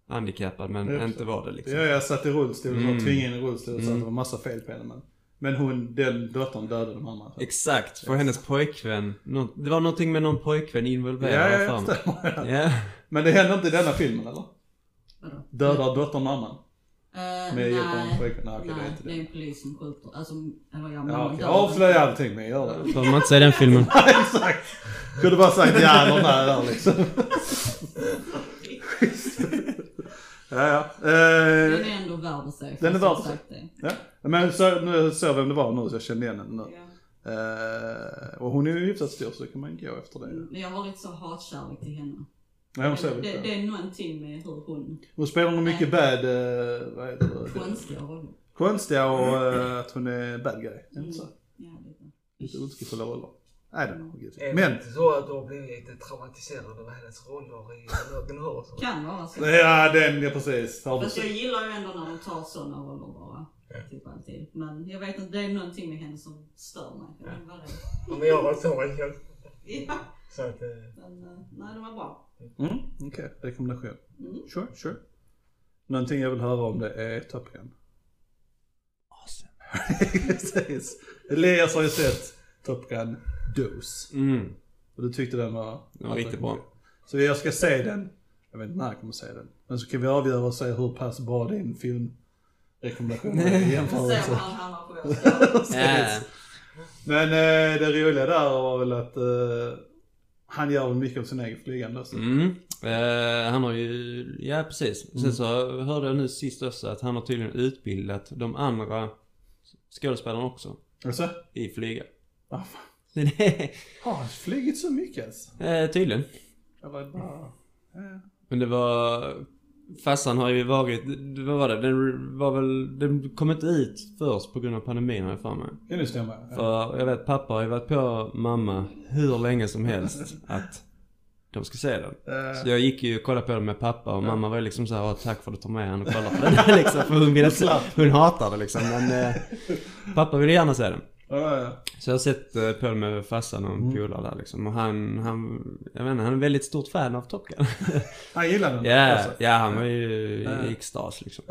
C: handikappad men
A: Ja, precis.
C: inte var det liksom.
A: Ja, jag satt i rullstol och
C: Mm.
A: mm. tvingade in i rullstol så att
C: Mm.
A: det var massa fel på henne. Men, men hon, den dottern dödade de andra. Så.
C: Exakt, för hennes pojkvän. Nå- det var någonting med någon pojkvän
A: Ja,
C: involverad
A: ja,
C: för
A: ja,
C: mig.
A: stämmer.
C: Ja.
A: Men det händer inte i denna filmen eller?
B: Vadå?
A: Dödar dottern mamman?
B: Eh,
A: Med hjälp av en
B: nej,
A: pojkvän? Nej, okej det är
B: nej,
A: inte
B: det är en
A: det.
B: polis som skjuter. Alltså, eller ja,
A: Ja,
B: mamman
A: okej.
B: dör.
A: Avslöja allting men gör det.
C: Får man inte se den filmen?
A: Exakt! Kunde bara sagt ja eller nej där
B: [LAUGHS]
A: liksom. ja, ja.
B: Den
A: Eh,
B: är ändå värd att se.
A: Den är
B: som
A: värd att se.
B: sagt det.
A: ja. Men så, nu såg jag vem det var nu så jag kände igen henne nu.
B: Ja.
A: Eh, och hon är ju hyfsat stor så då kan man gå efter det.
B: Men Mm. jag har lite så hatkärlek till henne.
A: Nej, hon ser
B: det, det,
A: lite.
B: är någonting med hur hon
A: Hon spelar nog mycket bad, eh, vad heter det?
B: skönskar honom.
A: Konstiga och eh, att hon är bad guy. Är det inte så?
B: Mm. Ja, lite.
A: Lite ondskefulla roller. Nej, den har
D: Är det
A: Men!
D: inte så att du har blivit lite traumatiserad av hennes roller i Röken Hör och så?
B: Kan vara så.
A: Ja, den, ja precis. Har
B: Fast jag
A: du-
B: gillar ju ändå när de tar sådana roller bara. Typ alltid. Men jag vet inte, det är någonting med henne som stör mig. Jag vet inte vad det är.
D: Men jag var så själv.
B: Ja, [LAUGHS]
D: Så att... eh,
B: men eh, nej, det var bra.
A: Mm, Okej, rekommendation.
B: Mm.
A: Sure, sure. Någonting jag vill höra om det är Top Gun. [LAUGHS] precis. Elias har ju sett Top Gun Dose.
C: Mm.
A: Och du tyckte den var...
C: Den var riktigt bra.
A: Så jag ska se den. Jag vet inte när jag kommer se den. Men så kan vi avgöra och se hur pass bra din filmrekommendation är i
B: Vi får se om
A: jämförelse.
B: han hamnar på vår
A: [LAUGHS]
B: skala.
C: Ja.
A: Men eh, det roliga där var väl att eh, han gör väl mycket av sin egen flygande också.
C: Mm. Eh, han har ju, ja precis. Sen så hörde jag nu sist också att han har tydligen utbildat de andra skådespelarna också
A: Alltså,
C: i flyga.
A: ah, fan.
C: Det
A: har han flugit så mycket alltså?
C: är- [LAUGHS] eh, tydligen.
A: Jag var bara... eh.
C: Men det var... Fassan har ju varit... det- Vad var det? Den var väl... Den kom inte ut först på grund av pandemin har jag för mig.
A: Kan det stämma? Ja.
C: För jag vet pappa har ju varit på mamma hur länge som helst att de ska se den. Så
A: Eh,
C: jag gick ju och kollade på den med pappa och mamma var ju liksom såhär, tack för att du tar med henne och kollar på den. [LAUGHS] liksom, för hon, ville, hon hatar det liksom. Men eh,
A: [LAUGHS]
C: pappa ville gärna se den.
A: ja, ja.
C: Så jag har sett eh, på den med farsan och en
A: Mm.
C: polare där liksom. Och han, han, jag vet inte, han är väldigt stort fan av
A: [LAUGHS]
C: Top Gun.
A: Han gillar den.
C: Ja,
A: alltså.
C: ja han var
A: [LAUGHS]
C: ju
A: Ja.
C: i extas liksom.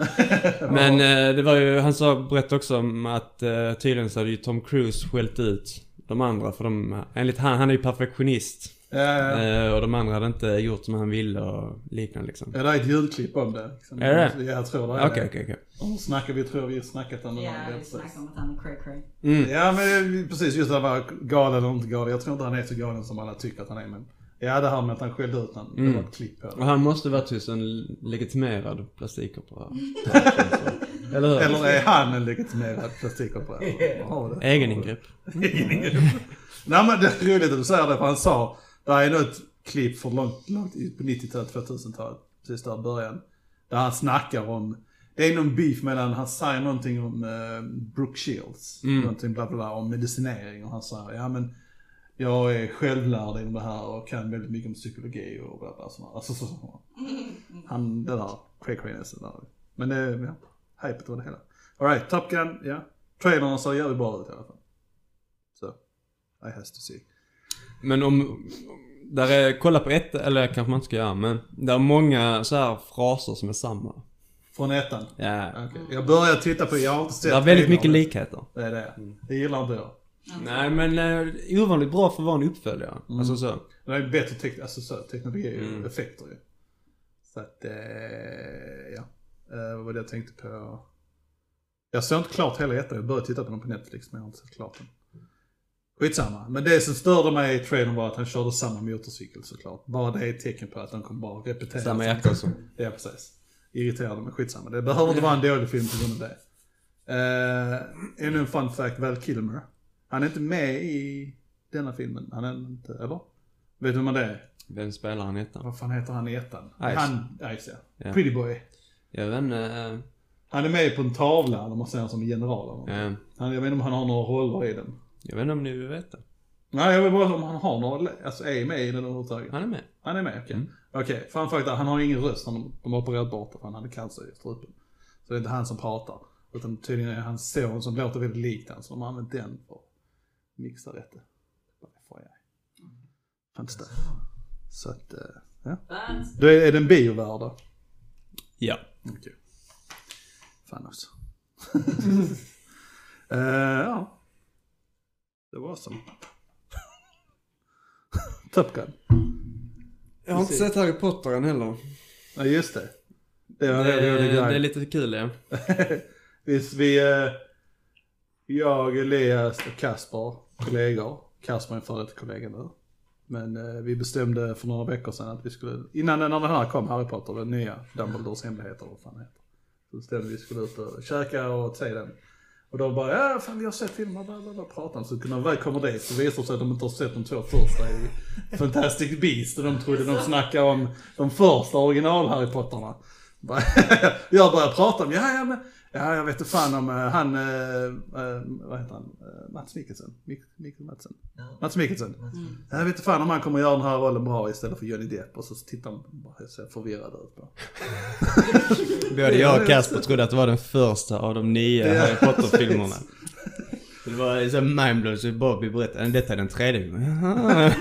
C: Men eh, det var ju, han sa, berättade också om att eh, tydligen så hade ju Tom Cruise skällt ut de andra för de, enligt han, han är ju perfektionist.
A: Ja, ja.
C: Eh, och de andra hade inte gjort som han ville och liknande liksom.
A: Ja, det är ett ljudklipp om det. Liksom.
C: Är det?
A: Ja, jag tror det. är
C: Okej,
A: det.
C: okej, okej.
A: Och snackar, vi tror vi har snackat om det.
B: Ja,
A: Ja,
B: vi snackar
A: precis.
B: om att han är cray cray.
C: Mm.
A: ja, men precis. Just det här med galen eller inte galen. Jag tror inte han är så galen som alla tycker att han är. Men ja, det här med att han skällde ut honom. Det
C: Mm.
A: var ett klipp på
C: Och
A: det.
C: han måste varit hos en legitimerad plastikoperatör. [LAUGHS] Eller hur?
A: Eller är han en legitimerad
C: [LAUGHS]
A: plastikoperatör? Har det?
C: Egeningrepp.
A: Nej men det är roligt att du säger det för han sa, det här är nog ett klipp för långt, långt i- på 90-talet, 2000-talet, precis där i början. Där han snackar om, det är någon beef mellan, han säger någonting om eh, Brooke Shields,
C: Mm.
A: någonting bla bla bla om medicinering och han säger, ja men jag är självlärd inom det här och kan väldigt mycket om psykologi och bla bla sådär. Alltså, så, så. Han, det där, cray craynessen där. Men det, ja, hypet var det hela. Alright, Top Gun, ja. Trailern ser jävligt bra ut i alla fall. Så, I has to see.
C: Men om... Där är, kolla på ett, eller kanske man inte ska göra, men där är många så här fraser som är samma.
A: Från ettan?
C: Ja.
A: Okej. Jag börjar titta på, jag har inte sett
C: Det är väldigt
A: trailern.
C: mycket likheter.
A: Det är det.
C: Mm.
A: Det gillar inte jag.
C: Nej men eh, ovanligt bra för att vara en uppföljare. Alltså så.
A: Det är bättre tek- alltså, så, teknologi och
C: Mm.
A: effekter ju. Så att, eh, ja. Eh, vad var det jag tänkte på? Jag såg inte klart hela ettan, jag började titta på den på Netflix men jag har inte sett klart den. Skitsamma. Men det som störde mig i trailern var att han körde samma motorcykel såklart. Bara det är ett tecken på att han kommer bara repetera.
C: Samma
A: sig.
C: jacka också.
A: Ja, precis. Irriterade mig. Skitsamma. Det behöver inte vara en dålig film på grund av det. Uh, ännu en fun fact. Val Kilmer. Han är inte med i denna filmen. Han är inte, eller? Vet du vem det är?
C: Vem spelar han i ettan?
A: Vad fan heter han i ettan?
C: Ice.
A: Han, Ice ja.
C: Ja.
A: Pretty Boy.
C: Jag vet inte. eh,
A: Han är med på en tavla om man ser honom som en general eller något.
C: eh,
A: han, Jag vet inte om han har några roller i den.
C: Jag vet inte om ni vill veta.
A: Nej, jag vet bara om han har några, alltså är med i den överhuvudtaget.
C: Han är med.
A: Han är med, okej.
C: Mm.
A: Okej, fun fact där, han har ingen röst, han, de har opererat bort det för han hade cancer i strupen. Så det är inte han som pratar. Utan tydligen är hans son som låter väldigt likt han, så de har använt den för att mixa rätt det. Vad får jag? Fanns det. Så att, eh, ja.
B: Fans.
A: Då är, är den biovärd då?
C: Ja.
A: Okej. Fan också. [LAUGHS] Eh, ja. Det var som. [LAUGHS] Top Gun.
C: Jag har inte sett Harry Potter än heller.
A: Ja just det. Det var
C: det,
A: en rolig
C: är, det är
A: grej.
C: lite kul ja.
A: Visst vi, eh, jag, Elias och Kasper, kollegor. Kasper är en före detta kollega nu. Men eh, vi bestämde för några veckor sedan att vi skulle, innan när den här kom, Harry Potter, den nya, Dumbledores hemligheter, vad fan det heter. Så bestämde vi att vi skulle ut och käka och se den. Och då bara, ja fan vi har sett filmer, bla bla bla, pratar om. Så när de väl kommer dit så visar det sig att de inte har sett de två första i [LAUGHS] Fantastic Beast. Och de trodde de snackade om de första original-Harry Potterna. Bara, [LAUGHS] jag börjar prata om, ja ja men, ja jag vet inte fan om eh, han, eh, eh, vad heter han, Eh, Mats Mikkelsen? Mik- Mikkel Madsen? Mats Mikkelsen. Jag vet inte fan om han kommer göra den här rollen bra istället för Johnny Depp. Och så tittar han bara så förvirrad ut. bara.
C: Både jag och Casper trodde att det var den första av de nio
A: Ja,
C: Harry [LAUGHS] Potter-filmerna. Så Det var så mindblowing så Bobby berättade "Men detta är den tredje. Jaha.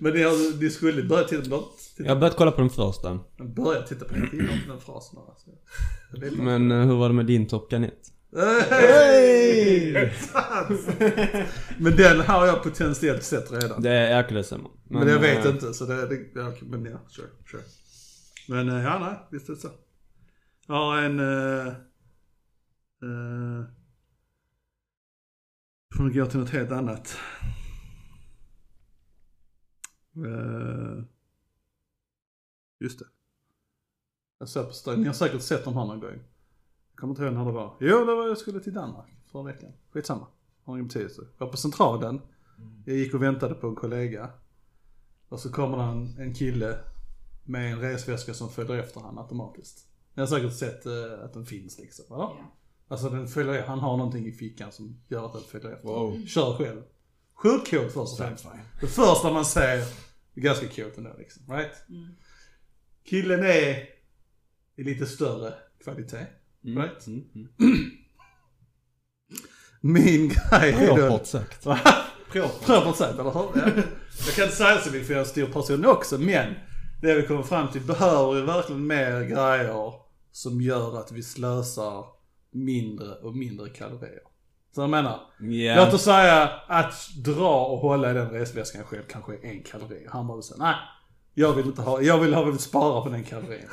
A: Men ni, har, ni skulle börja titta på
C: Jag har börjat kolla på den första.
A: Börja titta på den, jag gillar inte den frasen här. Alltså. Jag vet inte.
C: Men eh, hur var det med din Top Gun 1?
A: Hey! men den har jag potentiellt sett redan.
C: Det är Hercules sämre.
A: men, jag vet
C: eh,
A: inte så det, det ja, okej, men ja, sure, sure. Men eh, ja, nej, visst är det så. Jag har en... Uh, uh, från går till något helt annat. Eh, just det. Jag ser på Stein. Ni har säkert sett dem här någon gång. Jag kommer inte ihåg när det var. Jo, det var jag skulle till Danmark förra veckan. Skitsamma. Har ingen betydelse. Jag var på Centralen. Jag gick och väntade på en kollega. Och så kommer det en, en kille med en resväska som följer efter han automatiskt. Ni har säkert sett eh, att den finns liksom, eller?
B: Ja.
A: Alltså den följer, han har någonting i fickan som gör att den följer efter. Kör själv. Sjukt coolt först och främst. Det första man ser, det är ganska coolt ändå liksom, right? Killen är i lite större kvalitet, right?
C: Mm. Mm.
A: Min grej är då...
C: Propert sagt.
A: Propert sagt, eller hur? Ja. Jag kan inte säga så mycket för jag är en stor person också, men det vi kommer fram till behöver ju verkligen mer grejer som gör att vi slösar mindre och mindre kalorier. Så jag menar,
C: Ja.
A: låt oss säga att dra och hålla i den resväskan själv kanske är en kalori. Han bara säger nej, jag vill inte ha, jag vill ha, vill spara på den kalorin.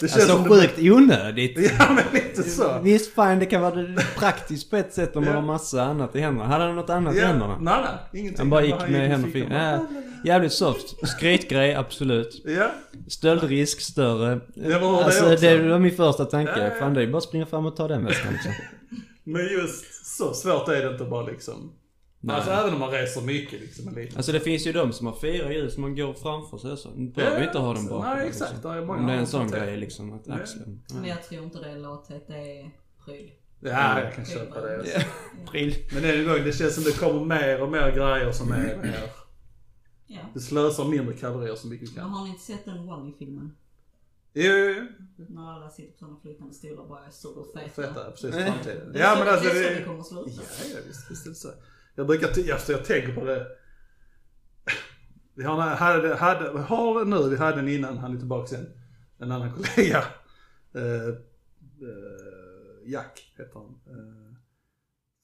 A: Det känns
C: Alltså
A: som det,
C: sjukt onödigt.
A: [LAUGHS] Ja men lite så.
C: Visst fine, det kan vara praktiskt på ett sätt om man har massa annat i händerna. Hade han något annat i
A: Ja,
C: händerna?
A: nej, nej, ingenting.
C: Han bara gick med
A: och
C: händer och
A: fick-
C: fingrar. Ja, jävligt soft. Skrytgrej, absolut.
A: Ja,
C: Stöldrisk större.
A: det var det
C: Alltså
A: också.
C: det var min första tanke.
A: Ja, ja.
C: Fan det är ju bara att springa fram och ta den väskan liksom.
A: Men just så svårt är det inte bara liksom.
C: Nej.
A: Alltså även om man reser mycket liksom. En liten.
C: Alltså det finns ju de som har fyra hjul som man går framför sig så. Nu behöver vi inte ha dem bakom.
A: Nej
C: liksom.
A: exakt, det är många
C: Om det är en
A: andra
C: sån
A: som
C: grej
A: tänker.
C: liksom att axeln.
B: Men jag tror inte det är lathet, det är pryl.
A: Ja,
C: Mm.
A: jag kan köpa det. också.
C: Pril.
A: Men en gång, det känns som det kommer mer och mer grejer som är
C: Mm.
A: mer.
B: Ja.
A: Det slösar mindre kalorier så mycket vi
B: Men
A: kan.
B: har ni inte sett den Wally-filmen?
A: Jo, jo, jo.
B: När alla sitter på sådana flytande stolar och bara är stora och feta.
A: Feta, precis framtiden.
B: Det är
A: Ja
B: så-
A: men alltså
B: det... är så
A: det...
B: det kommer att sluta.
A: Ja, ja, visst, visst är det så. Jag brukar, ty- alltså jag tänker på det. Vi har, hade, hade, har nu, vi hade en innan, han är tillbaka sen, en annan kollega. Eh, eh, Jack heter han. Eh,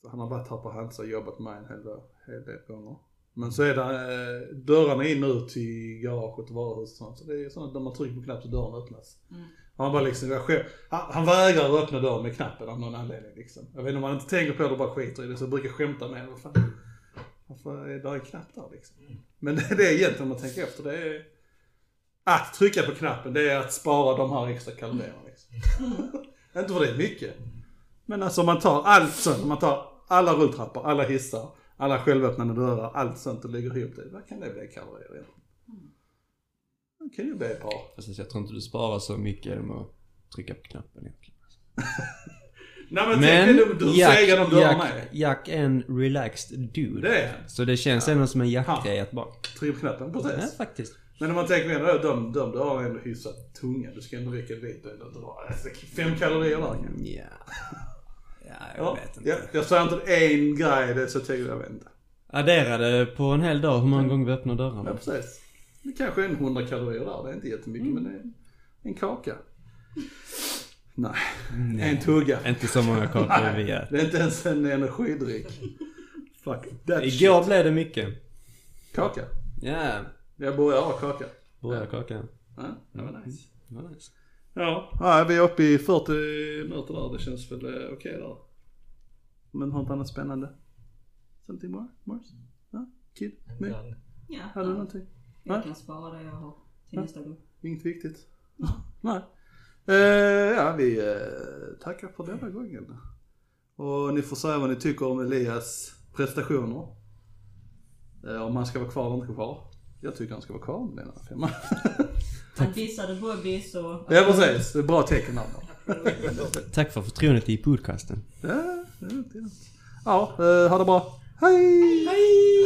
A: så han har varit här på Hansa och jobbat med mig en hel, dag- hel del gånger. Men så är det eh, dörrarna in och ut till garaget och varuhuset och sånt. Så det är sånt där man trycker på knappen så dörren öppnas.
B: Mm.
A: Och Han bara liksom, jag sker, han, han vägrar att öppna dörren med knappen av någon anledning liksom. Jag vet inte om han inte tänker på det och bara skiter i det så jag brukar skämta med honom. Vad fan, Varför är det en knapp där liksom? Men det, det är egentligen om man tänker efter, det är att trycka på knappen det är att spara de här extra kalorierna liksom. [LAUGHS] inte för det är mycket. Men alltså om man tar allt sånt, om man tar alla rulltrappor, alla hissar, alla självöppnande dörrar, allt sånt och lägger ihop det. Vad kan det bli i kalorier egentligen? Det kan ju bli ett par.
C: Fast jag tror inte du sparar så mycket genom att trycka på knappen egentligen.
A: Nej men, tänk dig du, du segar de dörrarna
C: Jack,
A: är.
C: Jack är en relaxed dude.
A: Det är han.
C: Så det känns ändå som en jackgrej att bara...
A: Tryck på knappen, precis.
C: Ja, faktiskt.
A: Men om man tänker ändå att de, de dörrarna är ändå hyfsat tunga. Du ska ändå räcka dit och ändå dra. Alltså, fem kalorier där kanske.
C: Ja. Ja, Mm, jag
A: Ja,
C: vet inte.
A: ja, jag säger inte att en grej, det är så tänker jag, jag vet inte.
C: Adderade på en hel dag hur många gånger vi öppnar
A: Ja,
C: dörrarna.
A: precis. Det kanske är en 100 kalorier där. Det är inte jättemycket,
C: Mm.
A: men det är en kaka. Nej,
C: Mm,
A: en tugga.
C: Inte så många kakor vi äter.
A: Det är inte ens en energidryck. Fuck that
C: Igår
A: shit.
C: blev det mycket.
A: Kaka.
C: Ja.
A: Jag börjar ha kaka.
C: Brödkaka.
A: Ja, det
C: Mm.
A: var nice.
C: Vad nice.
A: Ja, ja, vi är uppe i 40 minuter där. Det känns väl eh, okej där. Men har inte annat spännande? Something more? Mars? Ja? Kid? Men,
C: Mm.
D: Ibland.
B: Ja,
A: hade du någonting?
B: jag kan spara det jag har till nästa gång.
A: Inget viktigt? [LAUGHS] Nej. Eh, ja, vi eh, tackar för denna gången. Och ni får säga vad ni tycker om Elias prestationer. Eh, om han ska vara kvar eller inte kvar. Jag tycker han ska vara kvar med den här femman.
B: Han dissade Bobby så...
A: ja precis, det är bra tecken där.
C: Tack för förtroendet i podcasten.
A: Ja, det är fint. Ja, eh, ha det bra. Hej! Hej!